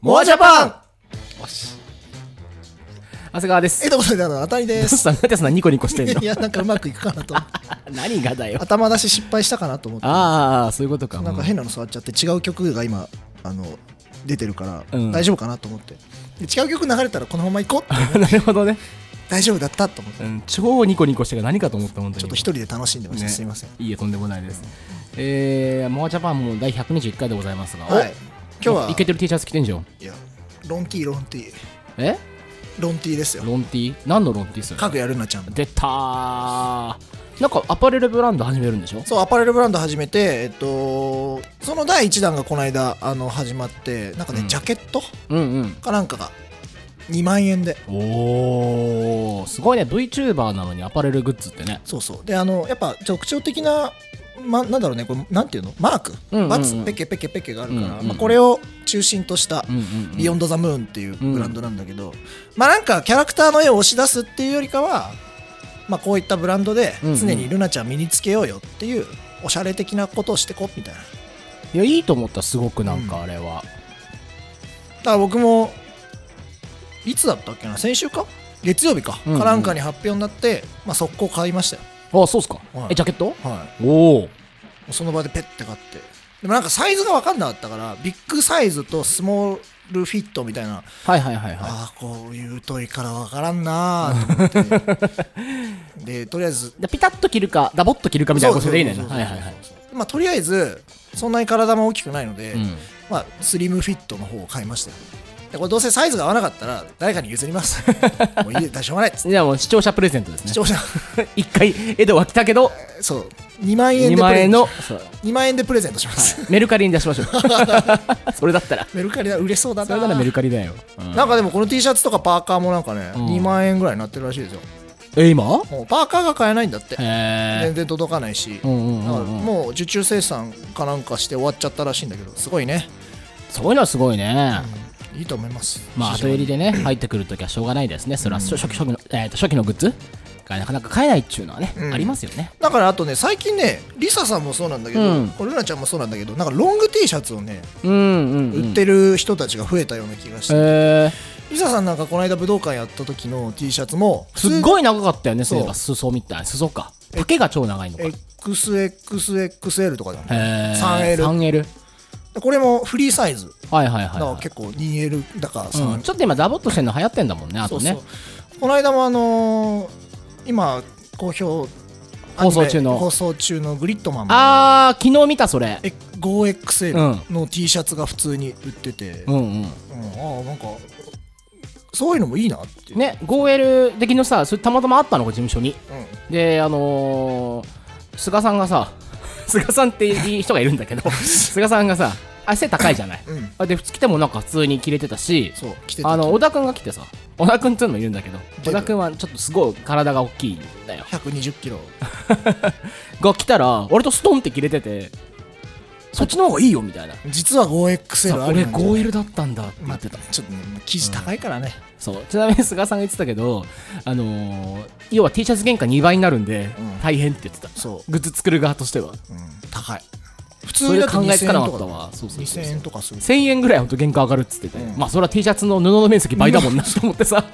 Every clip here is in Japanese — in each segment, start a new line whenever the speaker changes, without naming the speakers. モアジャパン
よし長谷川で
え
す
どうもそれであの当たりで
ど
す
さんなんでさんニコニコしてんの
いやなんかうまくいくかなと
何がだよ
頭出し失敗したかなと思って
ああそういうことか
なんか変なの触っちゃって違う曲が今あの出てるから
うん
大丈夫かなと思ってで違う曲流れたらこのまま行こう
なるほどね、
大丈夫だったと思って
うん、超ニコニコしてる何かと思った本当に
ちょっと一人で楽しんでました、
ね
すいません
いいえとんでもないですえー、モアジャパンも第121回でございますが、
はい今日は
イケてる T シャツ着てんじゃん
いやロンティーロンティー
え
ロンティーですよ
ロンティ何のロンティっすよ
かぐやるなちゃんの
出たーなんかアパレルブランド始めるんでしょ
そうアパレルブランド始めてえっとその第1弾がこの間あの始まってなんかね、
うん
ジャケット
うん
かなんかが2万円で
うんおーすごいね VTuber なのにアパレルグッズってね
そうそうであのやっぱ特徴的な、ま、なんだろうねこれなんていうのマーク、
うんうんうん
バツペケペケペケがあるから、
うんうんうん
まあ、これを中心とした
うんうん、うん、
ビヨンド・ザ・ムーンっていうブランドなんだけど、まあなんかキャラクターの絵を押し出すっていうよりかは、まあ、こういったブランドで
うんうん
常にルナちゃん身につけようよっていうおしゃれ的なことをしてこみたいない
やいいと思ったすごくなんかあれは、
だから僕もいつだったっけな先週か月曜日か、
うんうん
かなんかに発表になって、まあ、速攻買いましたよ、
あそうっすか、
はい
えジャケット
はい、
おお
その場でペッて買ってでもなんかサイズが分かんなかったからビッグサイズとスモールフィットみたいな、
はいはいはいは
ああこういう問いから分からんなーと思ってでとりあえず
いでピタッと切るかダボッと切るかみたいなことでいいねんな
そうそう
は
そうそ
い
う
はいはい
まあとりあえずそんなに体も大きくないので、
うん
まあ、スリムフィットの方を買いましたよでこれどうせサイズが合わなかったら誰かに譲ります もういいでしょうがないっつって
じゃあもう視聴者プレゼントですね
視聴者
一回江戸は来たけど
そう2万円で
2
プ
万
レゼ
円
ント
の
し
そう
2万円でプレゼントします、
メルカリに出しましょう それだったら
メルカリは売れそうだな
それならメルカリだよ、うん
なんかでもこの T シャツとかパーカーもなんかね、
うん
2万円ぐらいになってるらしいですよ
え今
もうパーカーが買えないんだって
へ
全然届かないし、
えうんうん
だ
う
から
んうん
もう受注生産かなんかして終わっちゃったらしいんだけどすごいね、
そういうのはすごいね、
いいと思います
まあ後入りでね入ってくるときはしょうがないですねそれは初初期初期の、えーと初期のグッズがなかなか買えないっちゅうのはね、
うん
ありますよね
だからあとね最近ねリサさんもそうなんだけど、
うん
これルナちゃんもそうなんだけどなんかロング T シャツをね
うんうん、うん、
売ってる人たちが増えたような気がして、
え
リサさんなんかこの間武道館やった時の T シャツも
ー、すっごい長かったよね
そ
そうういえば裾みたい裾か丈が超長いのか
XXXL とかだね
へ
3L これもフリーサイズ
はいは
だ
いはい、
から
はい
結構 2L だから
うん、
3
ちょっと今ダボっとしてんの流行ってんだもんねあ
そ
と
う
ね
そうこの間もあのー今好評アニメ
放送中の
放送中のグリッドマンも
あー昨日見たそれ
え
う
5XL の T シャツが普通に売ってて、
う
うん
んうん
ああなんかそういうのもいいなっていう、
ね 5L で昨日さそれたまたまあったの事務所に
うん
であのー、菅さんがさ 菅さんっていい人がいるんだ けど菅さんがさあ背高いじゃない、
うん
あで普通来てもなんか普通に着れてたし
そう着てて
あの小田君が来てさ小田君っていうのもいるんだけど
て
小田君はちょっとすごい体が大きいんだよ
120キロ
が来たら割とストンって着れててそっちの方がいいよみたいな
実は 5XL
さ
あ
俺
るんじゃない
5L だったんだって
ま
言
あ
ってた
ちょっとね生地高いからね、
そうちなみに菅さんが言ってたけど、あのー要は T シャツ原価2倍になるんで、
うん
大変って言ってた
そ
グッズ作る側としては
う、うん、高い普
そ
通
れ
だ
で
と
考えつ
2000
かな
円
か
と
った
か
わそうそうそう
2000円とかする
1000円ぐらいほんと原価上がるっつってて、
うん
まあそれは T シャツの布の面積倍だもんなと思ってさ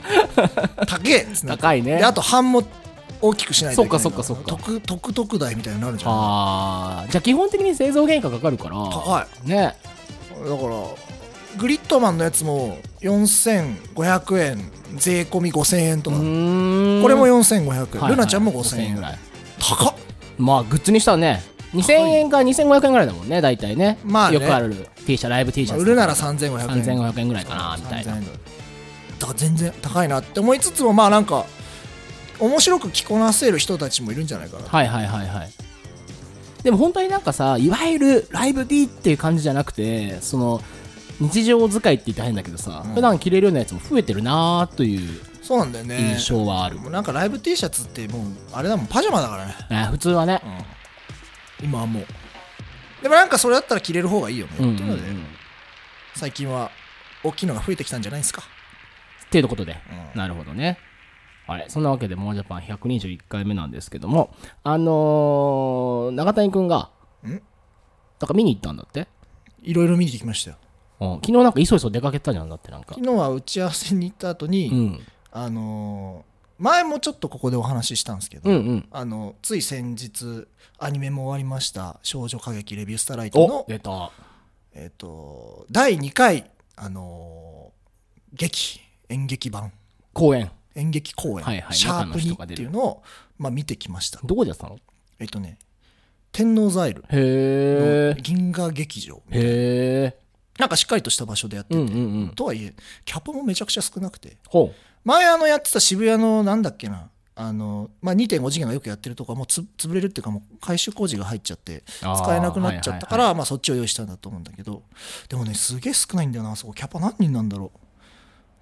高えっつって
高いね
であと版も大きくしないといけない
そっかそっかそっ
特特特大みたいになるじゃん
あーじゃあ基本的に製造原価かかるから
高
いね
だからグリッドマンのやつも4500円税込み5000円と
う
か、
ーん
これも
よ
4500円、ルナちゃんも5000円
ぐらい
高っ
まあグッズにしたらね2000円から2500円ぐらいだもんね大体ね
まあね
よくある T シャツライブ T シャツ
売るなら
3500
3500円
円ぐらいかなみたいな
3000円だから全然高いなって思いつつもまあなんか面白く着こなせる人たちもいるんじゃないかな
はいはいはいはいでも本当になんかさいわゆるライブ D っていう感じじゃなくてその日常使いって言ったら変だけどさ、
うん
普段着れるようなやつも増えてるなーという
そうなんだよね
印象はある、
もうなんかライブ T シャツってもうあれだもんパジャマだからね、
ね普通はね、
今はもうでもなんかそれだったら着れる方がいいよね、
うんうん
っていう
うん
の
っ
で最近は大きいのが増えてきたんじゃないですか
ていうことで、
うん
なるほどねはいそんなわけで「モアジャパン121回目なんですけどもあのー、永谷くんが
ん
なんか見に行ったんだって
いろいろ見に行ってきましたよ
あうん昨日なんかいそいそ出かけたじゃんだってなんか
昨日は打ち合わせに行った後に、
うん
あのー前もちょっとここでお話ししたんですけど、
うんうん
あのつい先日アニメも終わりました「少女歌劇レビュースターライトの」
お出た
えっ、と第2回あのー劇演劇版
公演
演劇公演、
はいはい
シャープ
中の人
に
が
っ
出る
ていうのを、まあ、見てきました
どこでやってたの
えっ、とね天王座イルの
へえ
銀河劇場
へえ
なんかしっかりとした場所でやって
う
て、
んうんうん
とはいえキャパもめちゃくちゃ少なくて
ほ
前あのやってた渋谷のなんだっけなあの、まあ、2.5次元がよくやってるとこはもうつ潰れるっていうかもう改修工事が入っちゃって
あー
使えなくなっちゃったか
は
らまあそっちを用意したんだと思うんだけどでもねすげえ少ないんだよなあそこキャパ何人なんだろ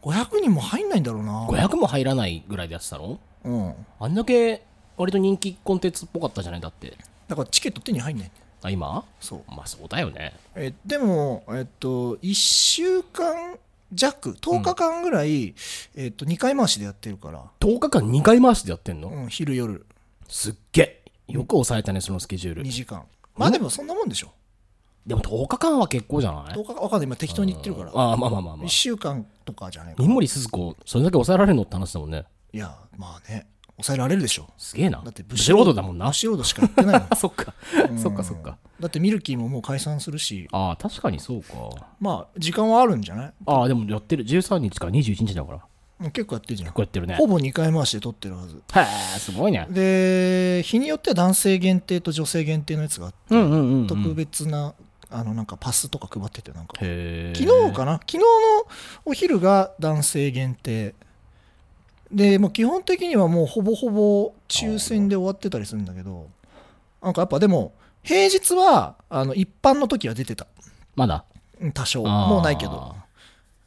う500人も入んないんだろう
う
な
500も入らないぐらいでやってたの
うん
あんだけ割と人気コンテンツっぽかったじゃないだって
だからチケット手に入んない
あ今
そう
まあそうだよね
えでもえっと1週間弱10日間ぐらい、えっと2回回しでやってるから、
10日間2回回しでやってんの、
うん、昼夜
すっげえよく抑えたねそのスケジュール
2時間まあでもそんなもんでしょ
でも10日間は結構じゃない
10日かわかんない今適当に言ってるから
ああまあまあまあまあ
1週間とかじゃないか
三森すず子それだけ抑えられるのって話だもんね
いやまあね抑えられるでしょ
すげえな
だって
ブシロードだもん な
アシロードしかやってないの
そっか、そっかそっか
だってミルキーももう解散するし
ああ確かにそうか
まあ時間はあるんじゃない
ああでもやってる13日から21日だから
もう結構やってるじゃん
こうやってるね
ほぼ2回回しで撮ってるはず
へえすごいね
で日によっては男性限定と女性限定のやつがあって
うんうんうん、うん、
特別なあのなんかパスとか配っててなんか
へえ
昨日かな昨日のお昼が男性限定でもう基本的にはもうほぼほぼ抽選で終わってたりするんだけどなんかやっぱでも平日はあの一般の時は出てた
まだ
うん多少
あー
もうないけど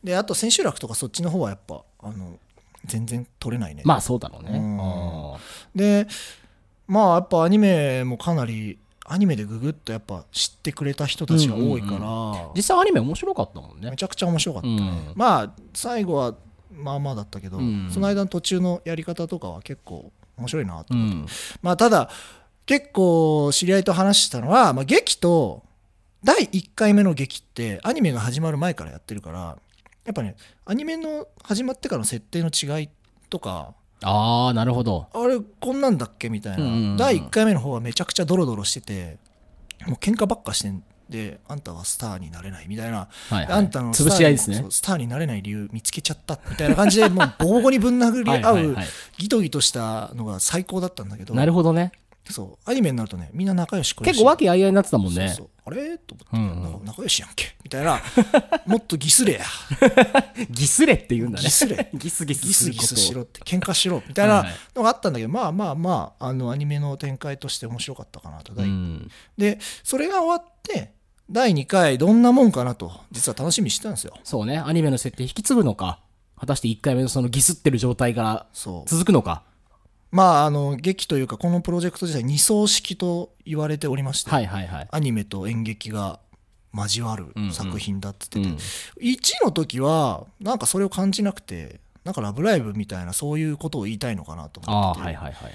であと千秋楽とかそっちの方はやっぱあの全然取れないね、
まあそうだろうね
うん
あ
でまあやっぱアニメもかなりアニメでググッとやっぱ知ってくれた人たちが多いから、
うんあ実際アニメ面白かったもんね
めちゃくちゃ面白かったね、
うん
まあ最後はまあまあだったけど、
うん
その間の途中のやり方とかは結構面白いなと、
うん
まあただ結構知り合いと話してたのは、まあ、劇と第1回目の劇ってアニメが始まる前からやってるからやっぱねアニメの始まってからの設定の違いとか
ああなるほど
あれこんなんだっけみたいな、
うんうんうん
第1回目の方はめちゃくちゃドロドロしててもう喧嘩ばっかしてんであんたはスターになれないみたいな
はい、はい、
あんたのスター
潰し合いですね
そうスターになれない理由見つけちゃったみたいな感じで、もうボコボコにぶん殴り合
はいうはいはい、
ギトギトしたのが最高だったんだけど、
なるほどね
そう、アニメになるとね、みんな仲良し
結構和
わけ
気あいあいになってたもんね
そうそうあれと
う
思って、
んうん
なんか仲良しやんけみたい な、もっとギスれや、
ギスレって言うんだね
ギスれ
ギスギス
ギ
す
ス
る
ギ
こ
ス
と
しろって、喧嘩しろみたい
は
ない
はい
のがあったんだけど、まあまあまあ、あのアニメの展開として面白かったかなと、
う
第一
ん、
で、それが終わって、第2回、どんなもんかなと、実は楽しみにしてたんですよ。
そうねアニメの設定引き継ぐのか果たして1回目のそのギスってる状態から
そう
続くのか
まあ、あの劇というかこのプロジェクト自体二層式と言われておりまして、
はいはいはい
アニメと演劇が交わる作品だって言ってて、
うん
1の時はなんかそれを感じなくてなんか「ラブライブ!」みたいなそういうことを言いたいのかなと思っ
ああ
てて
はいはいはい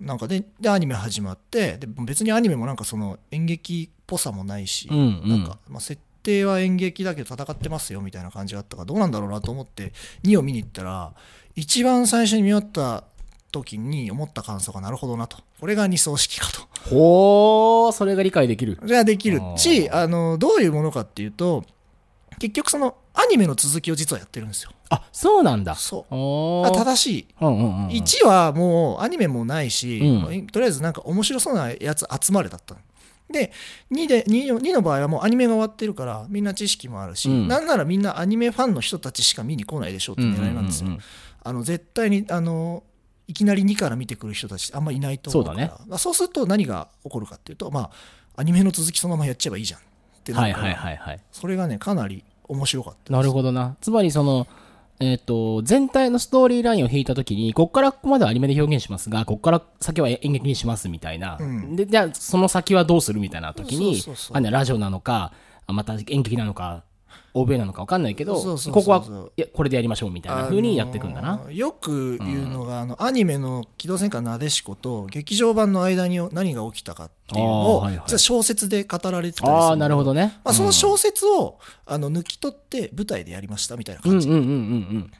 なんかででアニメ始まってで別にアニメもなんかその演劇っぽさもないし、
うんうん
なんか、まあ、設定は演劇だけど戦ってますよみたいな感じがあったからどうなんだろうなと思って2を見に行ったら一番最初に見終わった時に思った感想がなるほどなとこれが二層式かと
ほーそれが理解できる
それはできるし
あ
あのどういうものかっていうと結局そのアニメの続きを実はやってるんですよ
あそうなんだ
そう
お
あ
ー
正しい
うんうんうんうん
1はもうアニメもないし、
う
とりあえずなんか面白そうなやつ集まれだったので 2, で 2, の2の場合はもうアニメが終わってるからみんな知識もあるし、
うん
なんならみんなアニメファンの人たちしか見に来ないでしょうって狙いなんですよ、
ううう
あの絶対にあのいきなり2から見てくる人たちあんまいないと思うから
そうだ
まあ、そうすると何が起こるかっていうと、まあ、アニメの続きそのままやっちゃえばいいじゃんって
ん
な
は
る
い
から、
はいはいはい
それがねかなり面白かった
なるほどなつまりそのえっ、と全体のストーリーラインを引いた時にこっからここまではアニメで表現しますがこっから先は演劇にしますみたいな、
うん
でじゃあその先はどうするみたいな時に
そうそうそう
あのラジオなのかあまた演劇なのか欧米なのか分かんないけど
そうそうそう
ここ
そう
はいやこれでやりましょうみたいな風にやっていくんだな、
あのよく言うのが、あのアニメの「機動戦艦なでしこ」と劇場版の間に何が起きたかっていうのを
あーはいはい
実は小説で語られてたりする
ああなるほど
ね、
ね、
まあ、その
う
小説を、あの抜き取って舞台でやりましたみたいなん
う
感
ん
じ、
うんうんうん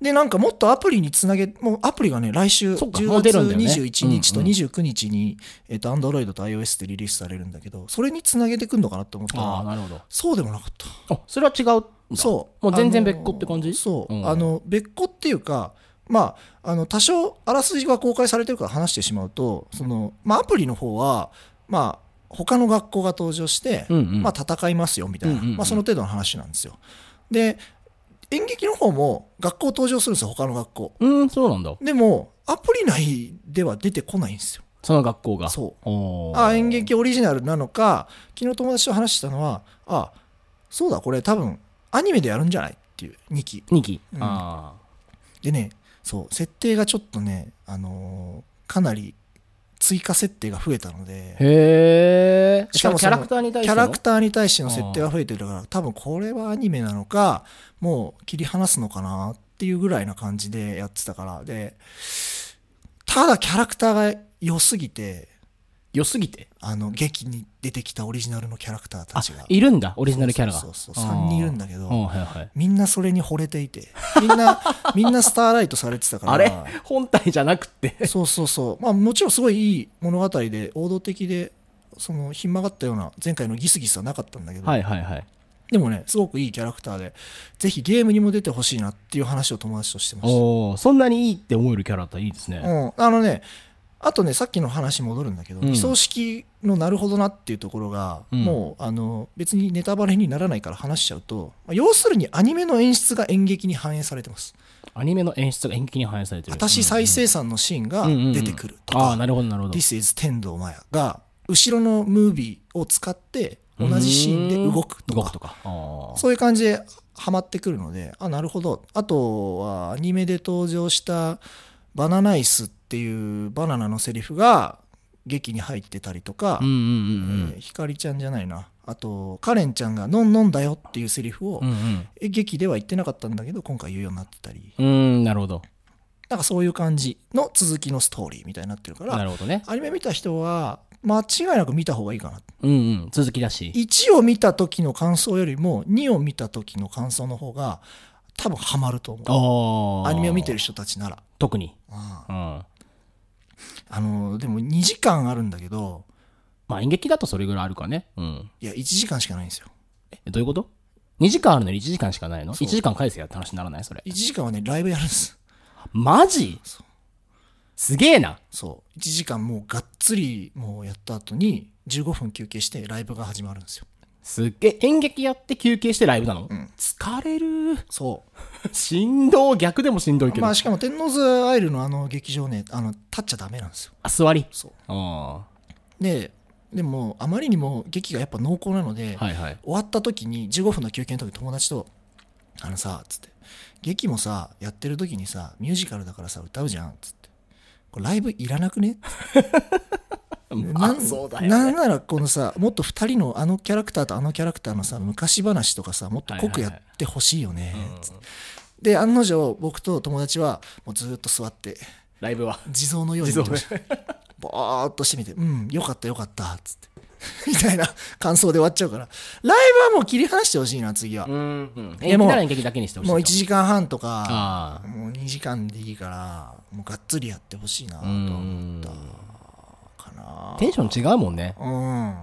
でなんかもっとアプリにつなげもうアプリがね来週
そっか
10
もう出
月
るんだよね
21日と
うんうん
29日に、えっと Android と iOS でリリースされるんだけどそれにつなげてくんのかなと思った
ああ
ら
なるほど
そうでもなかった
あそれは違うんだ
そう
もう全然
あのー
別個って感じ
そう、
うん
あの別個っていうかまああの多少あらすじが公開されてるから話してしまうとその、まあ、アプリの方はまあ他の学校が登場して、
うんうん
まあ、戦いますよみたいな、
うんうんうん
まあ、その程度の話なんですよで演劇の方も学校登場するんですよ他の学校
うんそうなんだ
でもアプリ内では出てこないんですよ
その学校が
そう
おー
あ演劇オリジナルなのか昨日友達と話したのはあそうだこれ多分アニメでやるんじゃないっていう2期
二期、
うん
あ
でねそう設定がちょっとね、あのーかなり追加設定が増えたの
あ
で
へえし
し
か
か
も
も
キャラクターに対し
キ
て
ャ
の
ラクターに対しての設定が増えてるから多分これはアニメなのかもう切り離すのかなっていうぐらいな感じでやってたからでただキャラクターが良すぎて
良すぎて
あの劇に出てきたオリジナルのキャラクターた
あ
ちが
いるんだオリジナルキャラが
そうそうそう3人いるんだけど、
あーうんはいはい
みんなそれに惚れていてみんなみんなスターライトされてたから
あれ本体じゃな くて
そうそうそうまあもちろんすごいいい物語で王道的でそのひん曲がったような前回のギスギスはなかったんだけど、
はいはいはい
でもねすごくいいキャラクターでぜひゲームにも出てほしいなっていう話を友達としてました
おおそんなにいいって思えるキャラだったらいいですね、
うん、あのねあとねさっきの話戻るんだけど、
うん
理想式のなるほどなっていうところが、
うん
もうあの別にネタバレにならないから話しちゃうと、まあ要するにアニメの演出が演劇に反映されてます
アニメの演出が演劇に反映されてる
私再生産のシーンが出てくると
ああ
か
ーなるほどなる
「
ほど
This is 天童マヤ」が後ろのムービーを使って同じシーンで動くと
動く
か
とかあー
そういう感じでハマってくるのであなるほどあとはアニメで登場した「バナナイス」っていうバナナのセリフが劇に入ってたりとか、
うんうん
えーひかりちゃんじゃないなあとカレンちゃんが「ノンノンだよ」っていうセリフを、
うんうんうん
え劇では言ってなかったんだけど今回言うようになってたり
うんうんなるほど
なんかそういう感じの続きのストーリーみたいになってるから
なるほどね
アニメ見た人は間違いなく見た方がいいかな
うんうん続きだし
1を見た時の感想よりも2を見た時の感想の方が多分ハマると思う
ああ
アニメを見て
る
る人たちなら
特に
あ
うんま
のでも2時間あるんだけど
あ演劇だとそれぐらいあるからねうん
いや1時間しかないんですよ
えどういうこと2時間あるのに1時間しかないの
そう
?1 時間返せやって話にならないそれ
1時間はねライブやるんです
マジ
そう
すげえな
そう1時間もうがっつりもうやった後に15分休憩してライブが始まるんですよ
すっげえ演劇やって休憩してライブなの、
ん
疲れる
そ
しんどい逆でもしんどいけ
う
ど、
まあしかも天王洲アイルのあの劇場ねあの立っちゃダメなんですよ
あ座り
そう
あ
ででもあまりにも劇がやっぱ濃厚なので、
あはいはい
終わった時に15分の休憩の時友達と「あのさ」っつって「劇もさやってる時にさミュージカルだからさ歌うじゃん」っつって「これライブいらなくね?」 なんなんならこのさもっと2人のあのキャラクターとあのキャラクターのさ昔話とかさもっと濃くやってほしいよね、つってで案の定僕と友達はもうずーっと座って
ライブは
地蔵のように見てました。ぼーっとしてみて、うん、よかったよかった、つって。 みたいな感想で終わっちゃうから、ライブはもう切り離してほしいな、次は。
うんうん
いや
演劇
もう
なら演劇だけにしてほしい
もう1
と
時間半とか、
ああ
もう2時間でいいから、もうがっつりやってほしいな、と
う
思っ
ん
たかな。
テンション違うもんね
うん。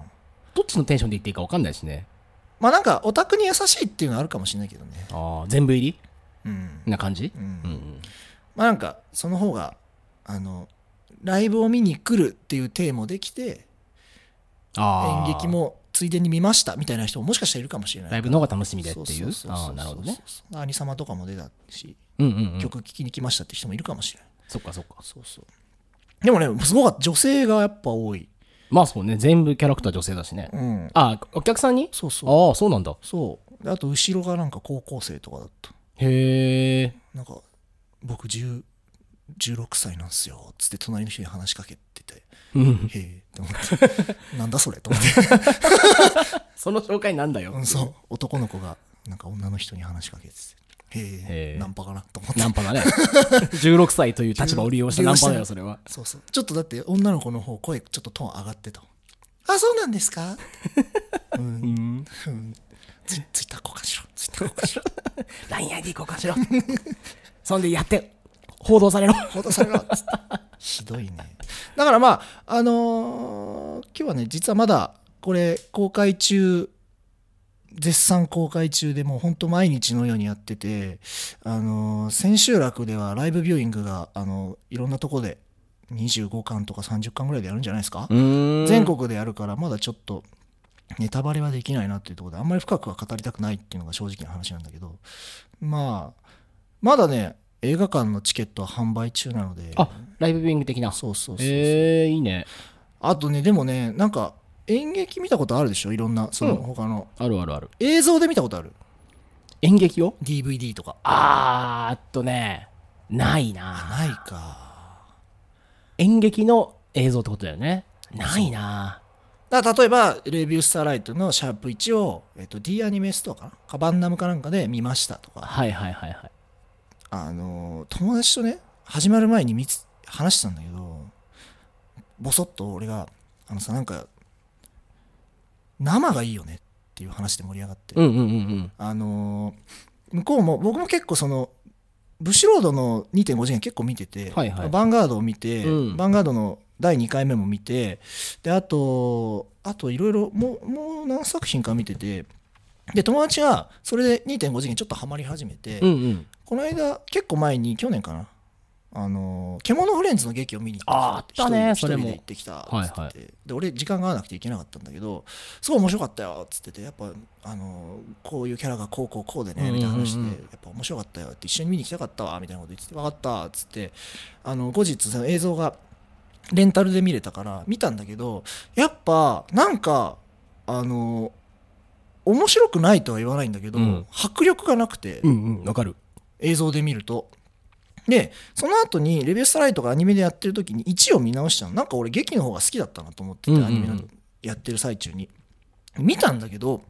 どっちのテンションで言っていいか分かんないしね
まあなんか、オタクに優しいっていうのはあるかもしれないけどね。
ああ全部入
うん。
りな感じ
う
うん
ん。
うん
まあなんか、その方が、あの、ライブを見に来るっていうテーマもできて、
ああ
演劇もついでに見ましたみたいな人ももしかしたらいるかもしれない
ライブの方が楽しみでっていう
そそそ
あ
そ
あなるほどね
兄様とかも出たし、
うんうんうん
曲聴きに来ましたって人もいるかもしれない
そっかそっか
そうそうでもねすごかった女性がやっぱ多い
まあそうね全部キャラクター女性だしね
うん
ああお客さんに
そうそう
ああそうなんだ
そうであと後ろがなんか高校生とかだった
へえ
なんか僕10 16歳なんすよつって隣の人に話しかけてて
うん
「へえ」って思って 「なんだそれ」と思って、
その紹介なんだよ
うんそう男の子がなんか女の人に話しかけててへ
へ
え
え
ナンパかなと思って
ナンパだね。16歳という立場を利用したナンパだよ、それは。
そうそうちょっとだって女の子の方声ちょっとトーン上がってたあそうなんですかうん
うん。
うんツイツイッター交換しろツイッター交換しろ
LINEID 交換しろ。 そんでやって、報道されろ。
報道されろつってひどいねだからまああのー今日はね実はまだこれ公開中絶賛公開中でもうほんと毎日のようにやってて、あのー千秋楽ではライブビューイングが、あのいろんなとこで25巻とか30巻ぐらいでやるんじゃないですか、全
全。
国でやるからまだちょっとネタバレはできないなっていうところであんまり深くは語りたくないっていうのが正直な話なんだけどまあまだね映画館のチケットは販売中なので
あ、ライブビューイング的な。
そうそうそうそう、
えー、いいね。
あとねでもねなんか演劇見たことあるでしょいろんなその
うん
他の、
あるあるある。
映像で見たことある
演劇を
DVD とか
あーっとね、ないな。
ないか
演劇の映像ってことだよね。ないな。
だから例えば「レビュースターライト」のシャープ1を、えっと、D アニメストアかなカバンナムかなんかで見ましたとか
はいはいはいはい。
あの友達とね始まる前に見つ話してたんだけどボソッと俺が「あのさなんか生がいいよね」っていう話で盛り上がって、
うんうんうんうん。
あの向こうも僕も結構そのブシロードの2.5次元結構見てて、
はいはい
バンガードを見て、
うん
バンガードの第2回目も見てであとあといろいろもうもう何作品か見ててで友達がそれで2.5次元ちょっとハマり始めて、
うんうん。
この間結構前に去年かなあの獣フレンズの劇を見に行ってき
ああったね
一人
それも
一人で行ってきたっつってて、
はいは
で俺時間が合わなくて行けなかったんだけどすごい面白かったよっつっててやっぱあのこういうキャラがこうこうこうでねみたいな話して、
うんうんうん
やっぱ面白かったよって一緒に見に行きたかったわみたいなこと言ってて分かったっつってあの後日その映像がレンタルで見れたから見たんだけどやっぱなんかあの面白くないとは言わないんだけど、
うん
迫力がなくて、
うんうん、わかる。
映像で見ると。で、その後に、レビュースターライトがアニメでやってる時に1を見直したの。なんか俺、劇の方が好きだったなと思って
うんう
て、
ん
アニメのやってる最中に。見たんだけど、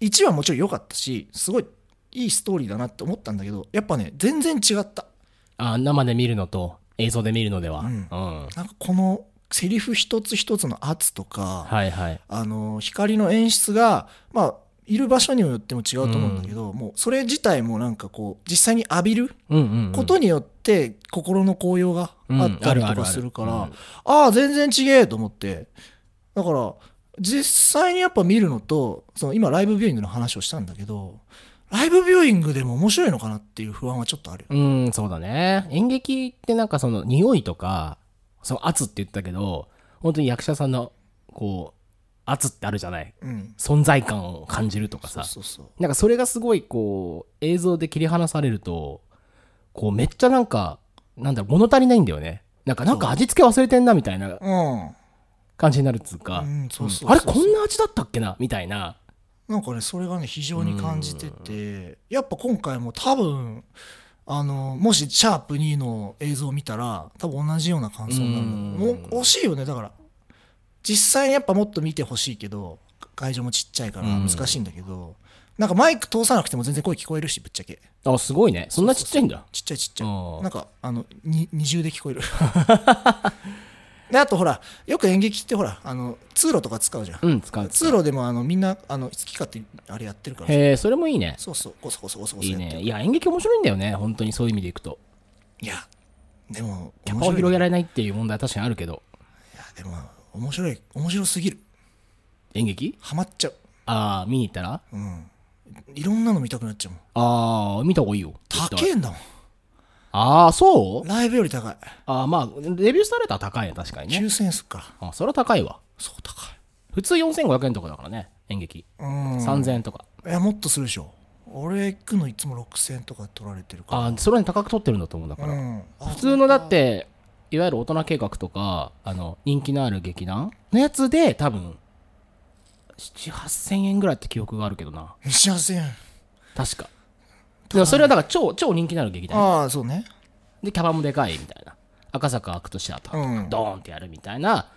1はもちろん良かったし、すごいいいストーリーだなって思ったんだけど、やっぱね、全然違った。
あ、生で見るのと映像で見るのでは。
う
うんん。
なんかこの、セリフ一つ一つの圧とか、
はいはい。
あの光の演出がまあいる場所によっても違うと思うんだけど、もうそれ自体もなんかこう実際に浴びる
うんうんうん。
ことによって心の高揚があったり
うん
とか
あるあるある
するか
う
ら
ん
ああ全然違えと思ってだから実際にやっぱ見るのとその今ライブビューイングの話をしたんだけどライブビューイングでも面白いのかなっていう不安はちょっとあるよ
うん、そうだね。演劇ってなんかその匂いとか、その圧って言ったけど、本当に役者さんのこう、圧ってあるじゃない。
うん
存在感を感じるとか
そ
さ
う。そうそう
なんかそれがすごいこう、映像で切り離されると、こうめっちゃなんか、なんだろう、物足りないんだよね。なんか、なんか味付け忘れてんなみたいな
うん
感じになるっつうか、
うんそうそうそう
あれこんな味だったっけなみたいな。
なんかねそれがね非常に感じててやっぱ今回も多分あのもしシャープ2の映像を見たら多分同じような感想になるんだろう
うん
もう惜しいよねだから実際にやっぱもっと見てほしいけど会場もちっちゃいから
うん
難しいんだけど、なんかマイク通さなくても全然声聞こえるしぶっちゃけ
あ、すごいね。そんなちっちゃいんだ。
ちっちゃいちっちゃい
あー
なんかあのに二重で聞こえるであとほらよく演劇ってほらあの通路とか使うじゃん
うん、使う。
通路でもあのみんなあの好き勝手にあれやってるからさ
へえ、それもいいね。
そうそう、ゴソゴソゴソゴソ
いい
やってる
ね。いや、演劇面白いんだよね。本当にそういう意味でいくと。
いや、でも、
キャパを広げ
い。
られないっていう問題は確かにあるけど。
いや、でも、面白い、面白すぎる。
演劇
ハマっちゃう。
ああ、見に行ったら
うん。いろんなの見たくなっちゃうもん。
ああ、見た方がいいよ。
高
絶対
えんだもん。
ああ、そう
ライブより高い。
ああ、まあ、レビューされたら高いね、確かにね。
9000円すっから。
あそれは高いわ。
そう、高い。
普通4500円とかだからね、演劇。
うん。
3000円とか。
いや、もっとするでしょ。俺行くのいつも6000円とか取られてるから。
ああ、それに高く取ってるんだと思うんだか
う
ら。
ん。あ
普通のだって、いわゆる大人計画とか、あの、人気のある劇団のやつで、多分、7、8000円ぐらいって記憶があるけどな。
7000円。
確か。でもそれはだから超、超人気のある劇団よ
ああ、そうね。
で、キャバもでかいみたいな。赤坂アクトシアターとか、
うん
ドーンってやるみたいな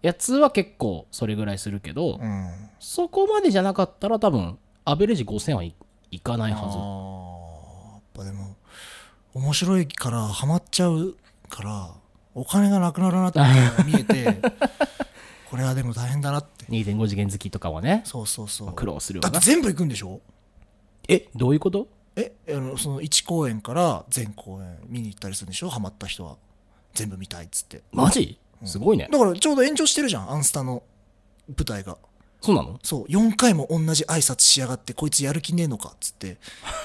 やつは結構それぐらいするけど、
うん。
そこまでじゃなかったら多分、アベレージ5000はいいかない
あ
は
ーやっぱでも面白いからハマっちゃうからお金がなくなるな っていうのが見えてこれはでも大変だなって
ず2.5次元好きとかはね
そうそうそう
苦労する
だ
わ
って
な
全部行くんでしょ
えどういうこと
えあのその1公演から全公演見に行ったりするんでしょハマった人は全部見たいっつって
マジすごいね
だからちょうど延長してるじゃんアンスタの舞台が
そうなの
そう4回も同じ挨拶しやがってこいつやる気ねえのかっつって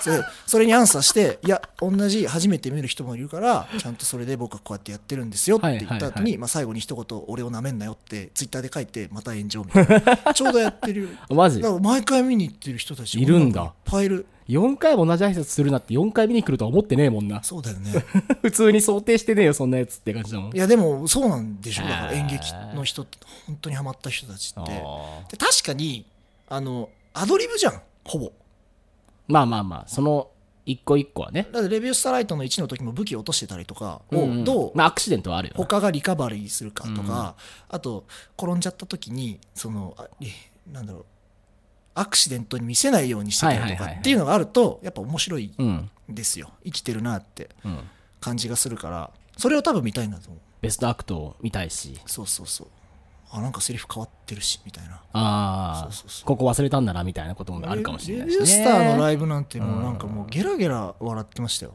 それそれにアンサーしていや同じ初めて見る人もいるからちゃんとそれで僕はこうやってやってるんですよって言った後に、
はいはいは
まあ、最後に一言「俺をなめんなよ」ってツイッターで書いてまた炎上みたい なちょうどやってるよ
マジ
だから毎回見に行ってる人たち
いるんだ
いっぱいいる
4回も同じ挨拶するなって4回見に来るとは思ってねえもんな
そうだよね
普通に想定してねえよそんなやつって感じだもん
いやでもそうなんでしょだから
へー
演劇の人って本当にハマった人たち
あ
って
ー
で確かにあのアドリブじゃんほぼ
まあまあまあその一個一個はね
だってレビュースターライトの1の時も武器落としてたりとか
うんう
を
ん
どう
まあアクシデントはあるよな
他がリカバリーするかと
うんうん
かあと転んじゃった時にそのあえなんだろうアクシデントに見せないようにしてたりと
はいはい
か
はいはい
っていうのがあるとやっぱ面白い
うん、
んですよ生きてるなって
うん、
感じがするからそれを多分見たいんだと思う
ベストアクトを見たいし
そうそうそうあなんかセリフ変わってるしみたいな
ああ
そうそうそう
ここ忘れたんだなみたいなこともあるかもしれないし、ね、
レビュースターのライブなんてもうなんかもうゲラゲラ笑ってました よ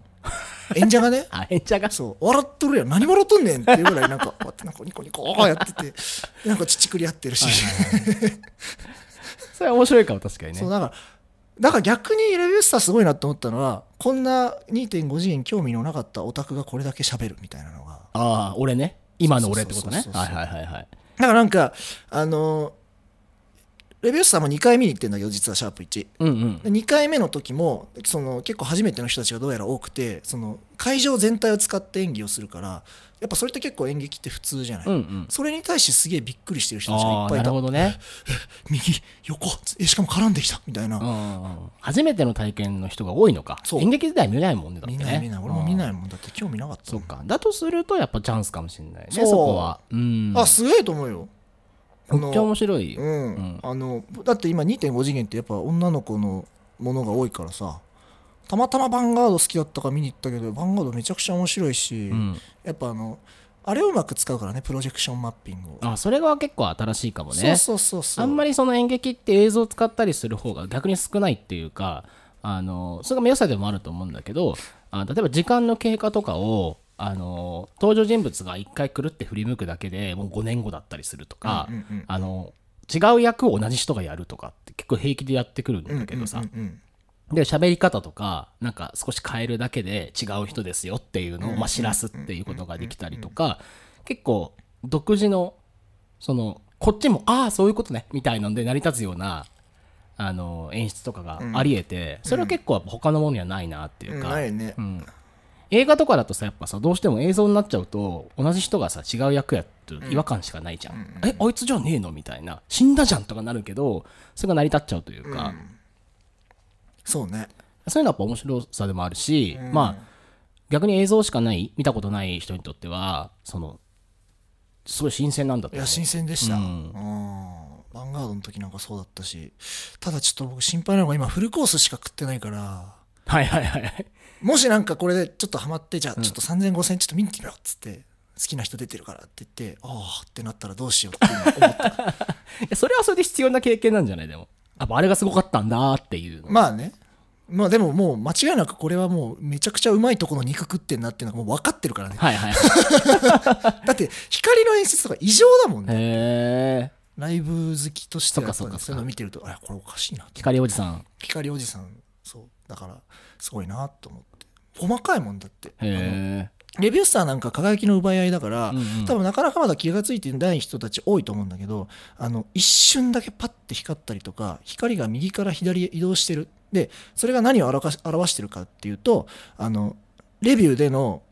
演者がね
あ演者が
そう笑っとるやん何笑っとんねんっていうぐらいなんかこう やってなんかニコニコやっててなんか乳くり合ってるし、
それは面白いかも確かにね
そうだからだから逆にレビュースターすごいなと思ったのはこんな2.5次元興味のなかったオタクがこれだけ喋るみたいなのが
ああ俺ね今の俺ってこ
そう
とね
そうそう
はい
そう
はいはいはい
だからなんかあのレビュースターも2回見に行ってんだけど実はシャープ1
うんうん
で2回目の時もその結構初めての人たちがどうやら多くてその会場全体を使って演技をするからやっぱそれって結構演劇って普通じゃない、
うんうん
それに対してすげえびっくりしてる人たちがい
あ
っ
あ
ぱいい
な
た
るほどね、
右横えしかも絡んできたみたいな、
うんうんうん、初めての体験の人が多いのか
そう
演劇自体見ないもんねだって
見
ね
ない見ない俺も見ない
い
もんだって興味なかった
そ
もん
っかだとするとやっぱチャンスかもしれないね
そ
そうこはうん
あすげえと思うよあ
めっちゃ面
の
白いよ、
うん、
うん
あのだって今2.5次元ってやっぱ女の子のものが多いからさたまたまヴァンガード好きだったから見に行ったけどヴァンガードめちゃくちゃ面白いし、
うん
やっぱあのあれをうまく使うからねプロジェクションマッピングを、
あそれが結構新しいかもね
そうそうそうそう
あんま
り
りその演劇って映像を使ったりする方が逆に少ないっていうかあのそれが良さでもあると思うんだけどあ例えば時間の経過とかをあの登場人物が一回くるって振り向くだけでもう5年後だったりするとか、
うんうんうん
あの違う役を同じ人がやるとかって結構平気でやってくるんだけどさ、
うんうんうん
で喋り方とかなんか少し変えるだけで違う人ですよっていうのをまあ知らすっていうことができたりとか結構独自のそのこっちもああそういうことねみたいなので成り立つようなあの演出とかがありえてそれは結構やっぱ他のものにはないなっていううんか
ないね、
うん映画とかだとさやっぱさどうしても映像になっちゃうと同じ人がさ違う役やってると違和感しかないじゃん、えあいつじゃねえのみたいな死んだじゃんとかなるけどそれが成り立っちゃうというか、
そうね
そういうのはやっぱ面白さでもあるし、まあ逆に映像しかない見たことない人にとってはそのすごい新鮮なんだと
い
思
や
う
新鮮でした、う
うんん、
ヴァンガードの時なんかそうだったしただちょっと僕心配なのが今フルコースしか食ってないから
はいはいはいはい
もしなんかこれでちょっとハマってじゃあちょっと30005000円ちょっと見に行ってみようっつって好きな人出てるからって言ってああってなったらどうしようって 今思った
いやそれはそれで必要な経験なんじゃないでもやっぱあれがすごかったんだーっていうの
まあねまあでももう間違いなくこれはもうめちゃくちゃうまいとこの肉食ってんなっていうのがもう分かってるからね
はいはい
だって光の演出とか異常だもんね
へえ
ライブ好きとしてはやっぱ
そっかそ
そ
っかそっか
ういうの見てるとあれこれおかしいなって
光おじさん
光おじさんそうだからすごいなと思って細かいもんだって
へえ
レビュースターなんか輝きの奪い合いだから、
うんうん
多分なかなかまだ気がついてない人たち多いと思うんだけどあの一瞬だけパッて光ったりとか光が右から左へ移動してるでそれが何を表か表してるかっていうとあのレビューでの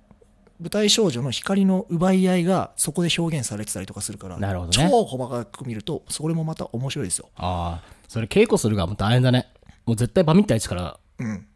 舞台少女の光の奪い合いがそこで表現されてたりとかするから
なるほどね
超細かく見るとそれもまた面白いですよ。
ああそれ稽古するがもう大変だねもう絶対バミった位置から
うん、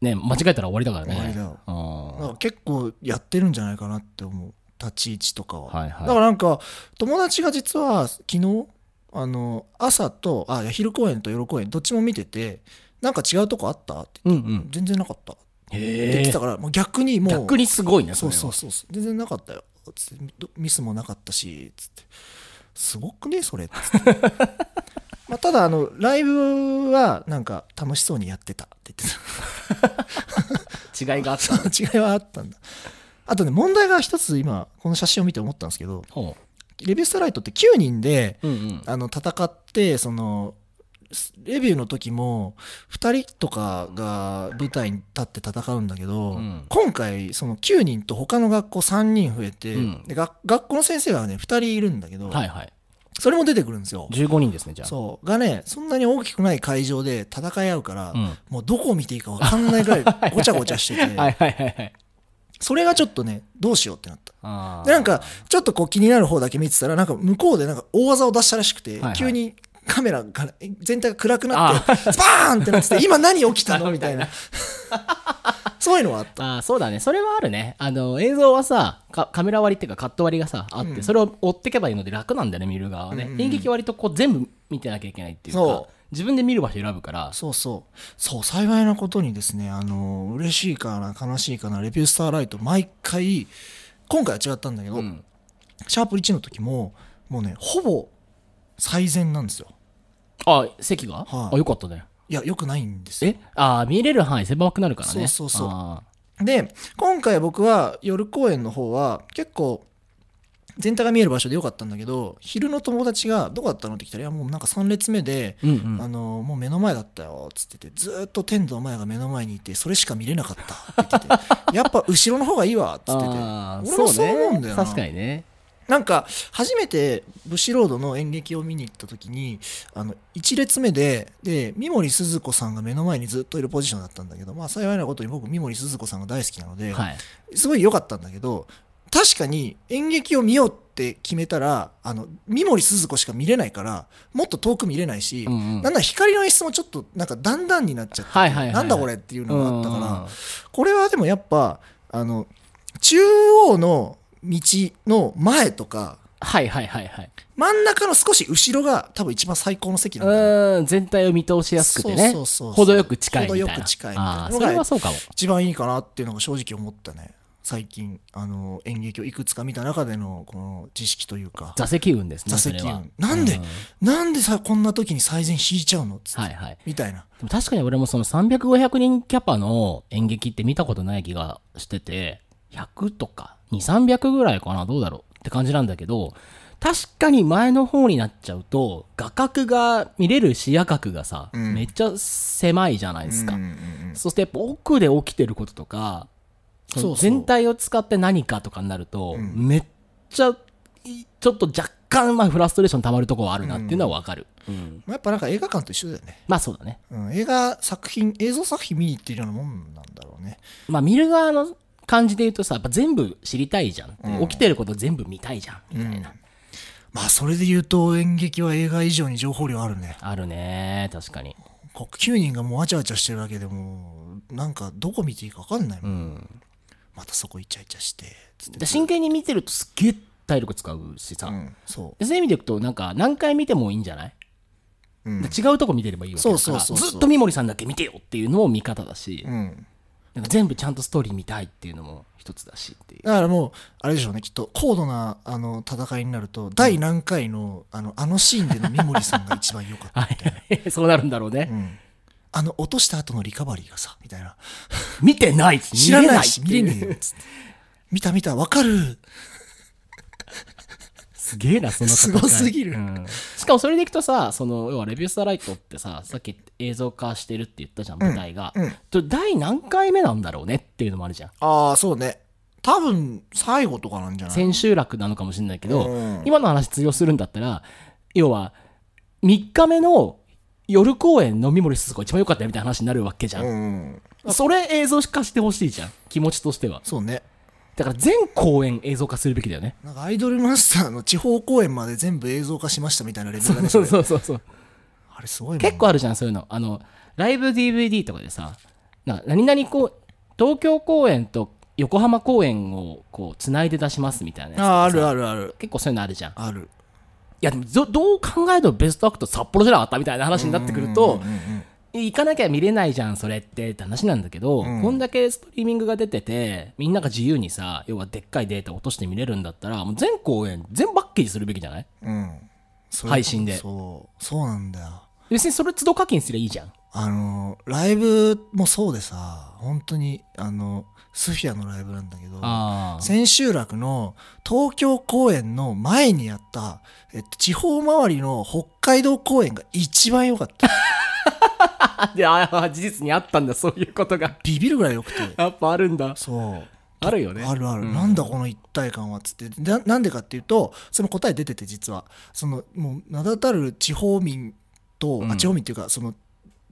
ね間違えたら終わりだからね
終わりだよ
あ
だから結構やってるんじゃないかなって思う立ち位置とかは、
はいはい
だからなんか友達が実は昨日あの朝とあいや昼公演と夜公演どっちも見ててなんか違うとこあったって
うんう
言って
ん。
全然なかったって言っ
へ
て
え
た。から、もう逆にもう
逆にすごいね、そ
そう
れは
そうそうそう全然なかったよつってどミスもなかったしつってすごくねそれつって まあただあのライブはなんか楽しそうにやってたって言ってた
違いがあった。
そ の違いはあったんだあとね問題が一つ今この写真を見て思ったんですけど
ほ
レベスタライトって9人で
う。うんうん。
あの戦ってそのレビューの時も2人とかが舞台に立って戦うんだけど、
うん
今回その9人と他の学校3人増えて、
うん
で学学校の先生がね2人いるんだけど、
はいはい。
それも出てくるんですよ。
15人ですね、じゃあ。
そうがねそんなに大きくない会場で戦い合うから、
うん
もうどこを見ていいか分かんないぐらいごちゃごちゃしてて、
はいはいはいはい。
それがちょっとねどうしようってなった。
あー
でなんか、ちょっとこう気になる方だけ見てたらなんか向こうでなんか大技を出したらしくて、
はいはい
急にカメラが全体が暗くなってスパーンってなって て今何起きたのみたいなそういうのはあった
あーそうだねそれはあるねあの映像はさかカメラ割りっていうかカット割りがさあって、それを追ってけばいいので楽なんだよね見る側はね、
うんうん
演劇割とこう全部見てなきゃいけないっていうか
そう
自分で見る場所選ぶから
そうそうそう幸いなことにですねあの嬉しいかな悲しいかなレビュースターライト毎回今回は違ったんだけど、
ん、
シャープ1の時ももうねほぼ最善なんですよ
あ席が、
はい
あよかったね
いやよくないんですよ
えあー見れる範囲狭くなるからね
そうそうそう
あ
で今回僕は夜公演の方は結構全体が見える場所でよかったんだけど昼の友達が「どこだったの?」って来たら「いやもうなんか3列目で、
ーうんう
あ
ん
のもう目の前だったよ」っつっててずーっと天童前が目の前にいてそれしか見れなかったって言っててやっぱ後ろの方がいいわっつってて
あー
俺もそう思うんだよな
確かにね
なんか初めてブシロードの演劇を見に行った時にあの1列目でで三森すず子さんが目の前にずっといるポジションだったんだけど、まあ、幸いなことに僕三森すず子さんが大好きなので。
はい
すごい良かったんだけど確かに演劇を見ようって決めたらあの三森すず子しか見れないからもっと遠く見れないし、
うんうん
なんなら光の演出もちょっとなんかだんだんになっちゃって、
はいはいはいはい
なんだこれっていうのがあったから、
うん
これはでもやっぱあの中央の道の前とか
はいはいはいはい
真ん中の少し後ろが多分一番最高の席なんだよ
うん全体を見通しやすくてね
そうそうそうそう
程よく近いみたいな
程よく近いみたいな
あーそれはそうかも
一番いいかなっていうのが正直思ったね最近あの演劇をいくつか見た中でのこの知識というか
座席運ですね
座席運
それは
なんで
う
なんでさこんな時に最善引いちゃうのっつって、
はいはい
みたいな
でも確かに俺もその300500人キャパの演劇って見たことない気がしてて100とか2300ぐらいかなどうだろうって感じなんだけど確かに前の方になっちゃうと画角が見れる視野角がさ、
うん
めっちゃ狭いじゃないですか、
うんうんうん
そしてやっぱ奥で起きてることとか
そうそう
全体を使って何かとかになると、
うん
めっちゃいちょっと若干まあフラストレーション溜まるとこはあるなっていうのはわかる、うん
まあやっぱなんか映画館と一緒だよね、
まあそうだね
うん、映画作品映像作品見に行ってるようなもんなんだろうね
まあ見る側の感じで言うとさやっぱ全部知りたいじゃん、
うん
起きてること全部見たいじゃんみたいな、
まあそれで言うと演劇は映画以上に情報量あるね
あるね確かに
こう9人がもうわちゃわちゃしてるわけでもうなんかどこ見ていいか分かんないも、
うんん
またそこイチャイチャしてつって
で真剣に見てるとすっげえ体力使うしさ、
うんそ
そういう意味でいくとなんか何回見てもいいんじゃない、
う、うん
で違うとこ見てればいいわけだ
そ
か
う
ら
そうそうそう
ずっと三森さんだけ見てよっていうのも見方だし、
うん、
なんか全部ちゃんとストーリー見たいっていうのも一つだしっていう
だからもうあれでしょうねきっと高度なあの戦いになると第何回のあのあのシーンでの三森さんが一番良かった
はい そうなるんだろうね、
うんあの落とした後のリカバリーがさみたいな
見てないっつ
知らないし見れ
見れ
ね
な
え
いっていう
よつって見た見たわかる
すげえな、その戦い
すごすぎる
うんしかもそれでいくとさ、その、要はレビュースターライトってさ、さっき映像化してるって言ったじゃん、舞台が。
うん
と第何回目なんだろうねっていうのもあるじゃん。
ああそうね多分最後とかなんじゃない
千秋楽なのかもしれないけど、
うん
今の話通用するんだったら、要は、3日目の夜公演の三森すず子が一番良かったよみたいな話になるわけじゃ。
うんん
それ映像化してほしいじゃん、気持ちとしては。
そうね
だから全公演映像化するべきだよね。
なんかアイドルマスターの地方公演まで全部映像化しましたみたいなレベルだね
そう
それ
そうそうそう。
あれすごいもん
結構あるじゃんそういうのあのライブ DVD とかでさなんか何々こう東京公演と横浜公演をこうつないで出しますみたいなやつとか
あー
さ
あるあるある
結構そういうのあるじゃんい
ある
やでもどどう考えてもベストアクト札幌じゃなかったみたいな話になってくると
うんうんうんうん
行かなきゃ見れないじゃんそれってって話なんだけど、
うん
こんだけストリーミングが出ててみんなが自由にさ要はでっかいデータ落として見れるんだったらもう全公演全バッケージするべきじゃない
うんそういうこと
配信で
そうそうなんだよ
別にそれ都度課金すりゃいいじゃん
あのライブもそうでさ本当にあのスフィアのライブなんだけど
あー
千秋楽の東京公演の前にやった、えっと、地方周りの北海道公演が一番良か った。
あであー事実にあったんだそういうこ とが
ビビるぐらい良くて。
やっぱあるんだ
そう。
あるよね
あるある、
うん
なんだこの一体感はっつってななんでかっていうとその答え出てて実はそのもう名だたる地方民と、
うん
あ地方民っていうかその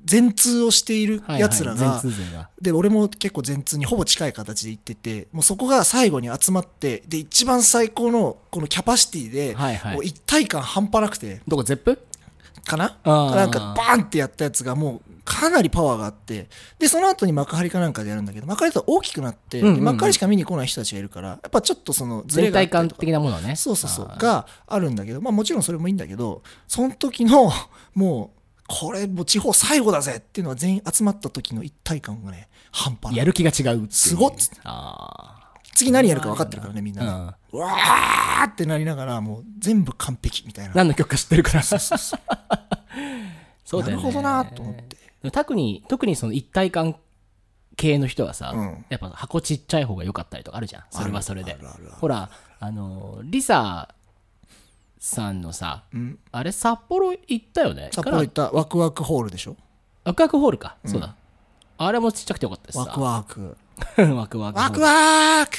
全通をしている
はいはい
やつらが、
全通勢が
で俺も結構全通にほぼ近い形で行っててもうそこが最後に集まってで一番最高のこのキャパシティで、
はいはい
もう一体感半端なくて
どこゼップ
かな
あー
なんかバーンってやったやつがもうかなりパワーがあってでその後に幕張かなんかでやるんだけど幕張だと大きくなって、
うんうんうん
で幕張しか見に来ない人たちがいるからやっぱちょっとそのズレ
全
があったり
体感
とか
的なものね
そうそうそう
あー
があるんだけどまあもちろんそれもいいんだけどその時の もうこれもう地方最後だぜっていうのは全員集まった時の一体感がね半端な
や
い
る気が違うっていう
すごっ
あ
次何やるか分かってるからねみんなね、
あ
うわーってなりながらもう全部完璧みたいな
何の曲か知ってるから
そうそうそう
そうだよね
なるほどなと思って
でも特に特にその一体感系の人はさ、
うん
やっぱ箱ちっちゃい方が良かったりとかあるじゃんそれはそれで
あるあるあるある
ほらあのリサさんのさ
うん
あれ札幌行ったよね
札幌行ったワクワクホールでしょ
ワクワクホールか、そうだあれもちっちゃくてよかったしさ
ワクワク
ワクワクホール
ワクワク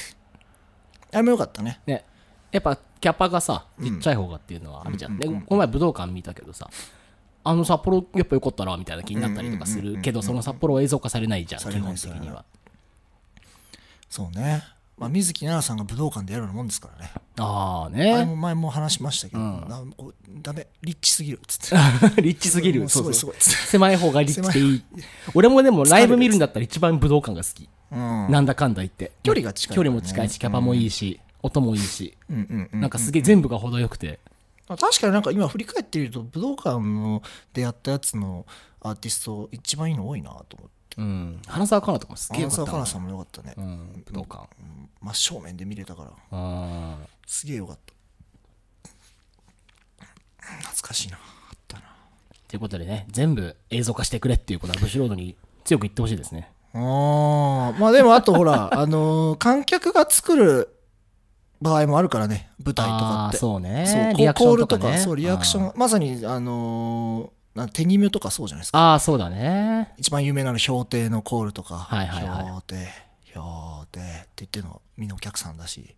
あれもよかったね
ね、やっぱキャパがさちっちゃい方がっていうのはあるじゃん、でこの前武道館見たけどさあの札幌やっぱ良かったなみたいな気になったりとかするけどその札幌は映像化されないじゃん
さ
基
れな
本
い
的には
そうね、まあ、水木奈々さんが武道館でやるようなもんですからね
ああ
あれ
ね
も前も話しましたけど、なこうダメリッチすぎ るっつって
リッチすぎ
も
る
う
そ
す
う
ごいす
そう
ごいっつって
狭い方がリッチでいい俺もでもライブ見るんだったら一番武道館が好き、
うん
なんだかんだ言って
距離が近いか
距
らね
離も近いしキャパもいいし、音もいいし、
うんうんうん
なんかすげえ全部が程よくて、
確かになんか今振り返ってみると武道館のでやったやつのアーティスト一番いいの多いなと思って
うん、花澤香菜とかもすげえよ
花
か
澤
った
香
な
菜さんもよかったね、
うん、武道館
真正面で見れたから
あー
すげえよかった懐かしいなあったな
ということでね、全部映像化してくれっていうことは、ブシロードに強く言ってほしいですね。
あーまあでもあとほら あのー観客が作る場合もあるからね舞台とかっ
ああー、
て
そうね。
そう
リアクション
コール
とか、ね、
そうリアクショ
あー
ン。まさにあのーなん手に目とかそうじゃないですか
あーそうだね。
一番有名なの氷亭のコールとか、
はいはいはい
氷亭氷亭って言ってるのみんなお客さんだし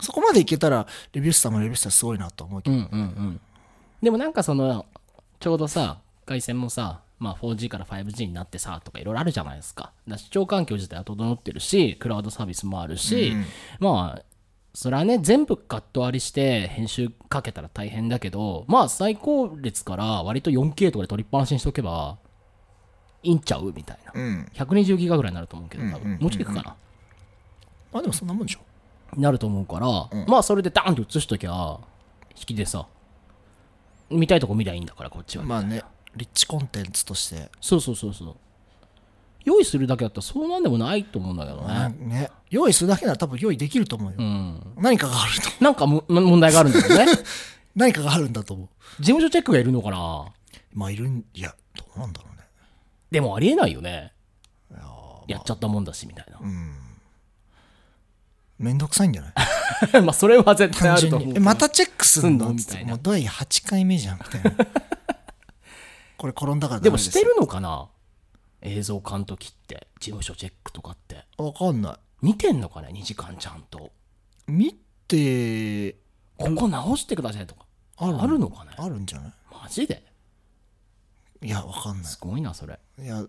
そこまでいけたらレビュースターもレビュースターすごいなと思うけ
うん
ど、
うんうん。でもなんかその、ちょうどさ、回線もさ、まあ、4G から 5G になってさとかいろいろあるじゃないですか。だから視聴環境自体は整ってるし、クラウドサービスもあるし、まあ、それはね、全部カット割りして編集かけたら大変だけど、まあ最高列から割と 4K とかで取りっぱなしにしとけば、いいんちゃうみたいな。
うん
120ギガぐらいになると思うけど、多
うんうんうん
分もうちょいいくかな、
まあでもそんなもんでしょ
なると思うから、まあそれでダーンと映しときゃ、引きでさ、見たいとこ見りゃいいんだから、こっちは。
まあねリッチコンテンツとして
そうそうそうそう。用意するだけだったらそうなんでもないと思うんだけど
まあ
ね。
ね用意するだけなら多分用意できると思うよ、
うん。
何かがあると
なんかも問題があるんだよ ね。
何かがあるんだと思う
事務所チェックがいるのかな
まあいるんいやどうなんだろうね
でもありえないよね。
いや
やっちゃったもんだし、みたい
ーうんめんどくさいんじ ゃない
な。 まあそれは絶対
単
ある
純
と思う
に
け
え
ど。
またチェックすんの
すんの
みた
みた
い
い
な
な
もう第8回目じゃんみたい なこれ転んだから
で
ダ
も
メ
し
す
てるのかな映像監督って、事務所チェックとかって。
わかんない
見てんのかね ?2 時間ちゃんと。
見て
ここ直してくださいとか。
ある
あるのかね
あるんじゃな
マジで
いいやわかんな
すごいな、それ。
いいやうん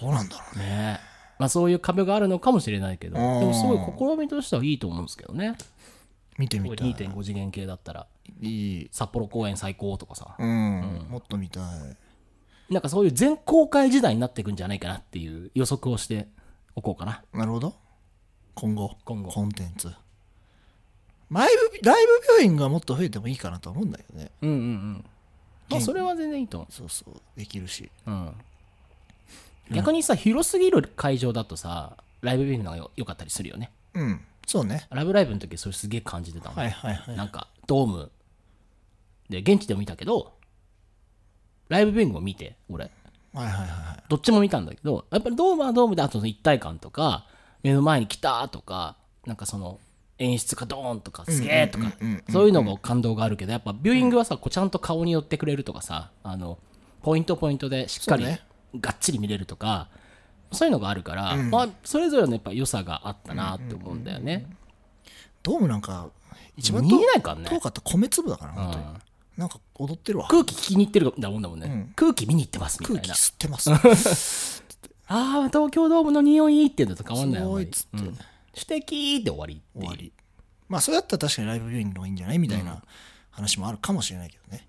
どうなんだろうね
ねえ。まあそういう壁があるのかもしれないけど、で
うん
もすごい試みとしてはいいと思うんですけどね。
見てみたい
2.5次元系だったら、
いい
札幌公演最高とかさ。
うん、もっと見たい
なんかそういう全公開時代になっていくんじゃないかなっていう予測をしておこうかな。
なるほど今後
今後
コンテンツライブライブ病院がもっと増えてもいいかなとは思うんだけどね
うんうんうん。まあ、それは全然いいと思
そうそうできるし
う、うん、逆にさ広すぎる会場だとさライブビューイングの方がよ良かったりするよね
うんそうね
ラブライブの時それすげえ感じてたもん、
はいはいはい
なんかドームで現地でも見たけどライブビューイングも見て俺
はいはいはい
どっちも見たんだけどやっぱりドームはドームであとその一体感とか目の前に来たとかなんかその演出がドーンとかすげえとかそういうのも感動があるけどやっぱビューイングはさこうちゃんと顔に寄ってくれるとかさあのポイントポイントでしっかり
そうね
がっちり見れるとかそういうのがあるから、まあ、それぞれのやっぱ良さがあったなって思うんだよね。
ドームなんか一番
見えないからね
遠かった米粒だから本当に
うん
なんか踊ってるわ
空気聞きに行ってるんだもんだもんね、
ん
空気見に行ってますみたい
空
な
気吸ってます す
ああ東京ドームの匂いっていうのと変わんない
ごいっつって
うん主敵で終わりっていう
終わりまあそれだったら確かにライブビューイングの方がいいんじゃないみたいな話もあるかもしれないけどね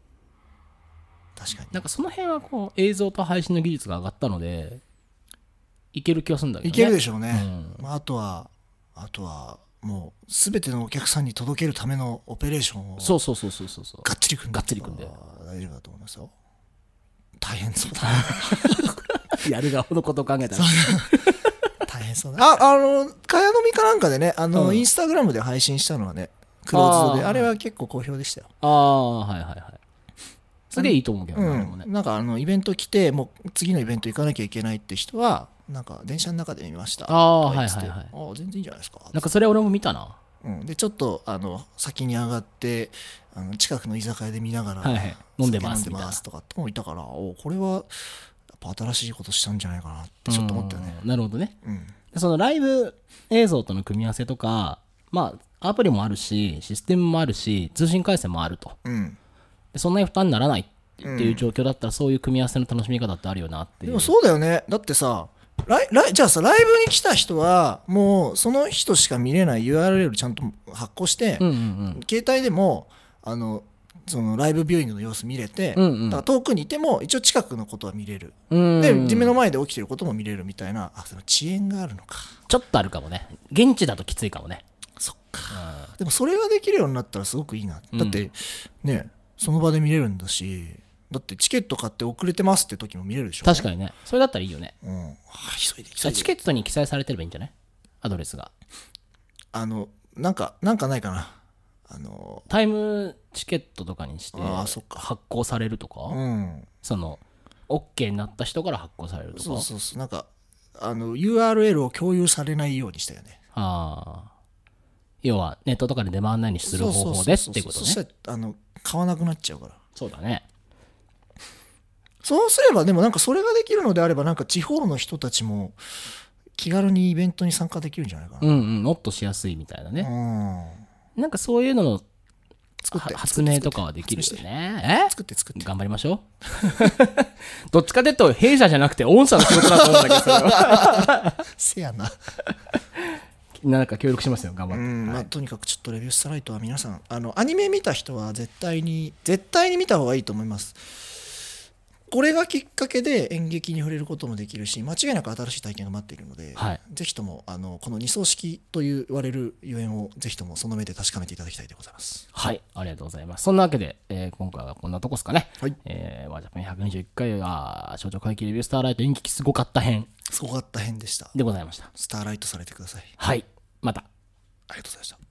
確かに
なんかその辺はこう映像と配信の技術が上がったのでいける気がするんだけど、
い
ね、
けるでしょうね、まあ、あとはあとはもう全てのお客さんに届けるためのオペレーションを
そうそうそうそうそうそう
がっちり組んで
がっちり組んで
あー大丈夫だと思いますよ大変そうだ
やる側のことを考 えたら
大変そうだああのかや飲みかなんかでねあの、
うん
インスタグラムで配信したのはねクローズドで
あー
あれは結構好評でしたよ、
ああはいはいはいすげえいいと思うけどね、あれも
う
ね
ん、なんかあのイベント来てもう次のイベント行かなきゃいけないって人はなんか電車の中で見ました
あ
と
ー
か言ってて
はいはい
あー全然いいんじゃないですか
なんかそれ俺も見たな
うん、でちょっとあの先に上がってあの近くの居酒屋で見ながら、
はいはい飲んでます
酒飲んでますとかってもいたからおこれはやっぱ新しいことしたんじゃないかなってちょっと思ったよね
うんなるほどね
うん
でそのライブ映像との組み合わせとかまあアプリもあるしシステムもあるし通信回線もあると
うん
でそんなに負担にならないっていう状況だったら、そういう組み合わせの楽しみ方ってあるよなってい
で
う
もそうだよねだってさライライじゃあさライブに来た人はもうその人しか見れない URL ちゃんと発行して、
うんうん
携帯でもあのそのライブビューイングの様子見れて、
うんうん
だから遠くにいても一応近くのことは見れる、
うん
で
うん
地面の前で起きてることも見れるみたいなあその遅延があるのか
ちょっとあるかもね現地だときついかもね
そっか、でもそれができるようになったらすごくいいな、だってねその場で見れるんだしだってチケット買って遅れてますって時も見れるでしょ
確かにねそれだったらいいよね
に、うん、あ急いで急いで
チケットに記載されてればいいんじゃないアドレスが
あのなんかなんかないかなあの
タイムチケットとかにして
あーそっか
発行されるとか、
うん
その OK になった人から発行されるとか
そうそうそうなんかあの URL を共有されないようにしたよね
あー要はネットとかで出回らないようにする方法でっていうこと
そうそうそうそ
ね
したらあの買わなくなっちゃうから
そうだね
そうすればでもなんかそれができるのであればなんか地方の人たちも気軽にイベントに参加できるんじゃないか
う
な、
んうんもっとしやすいみたいなね、
うん、
なんかそういうのの
作って
は発明とかはできるよね
作って作っ
え
て
頑張りましょう どっちかというと弊社じゃなくて御社の仕事だと思うんだけどそれは
せやな、
なんか協力しますよ頑張
う
って、
んまあ、とにかくちょっとレビュースタライトは皆さんあのアニメ見た人は絶対に絶対に見た方がいいと思いますこれがきっかけで演劇に触れることもできるし間違いなく新しい体験が待っているので、
はい
ぜひともあのこの二層式と言われるゆえんをぜひともその目で確かめていただきたいでございます
はいありがとうございますそんなわけで、えー今回はこんなとこですかね
はい
えーワージャパン121回は少女会議レビュースターライト演劇すごかった編
すごかった編でした
でございました
スターライトされてください
はいまた
ありがとうございました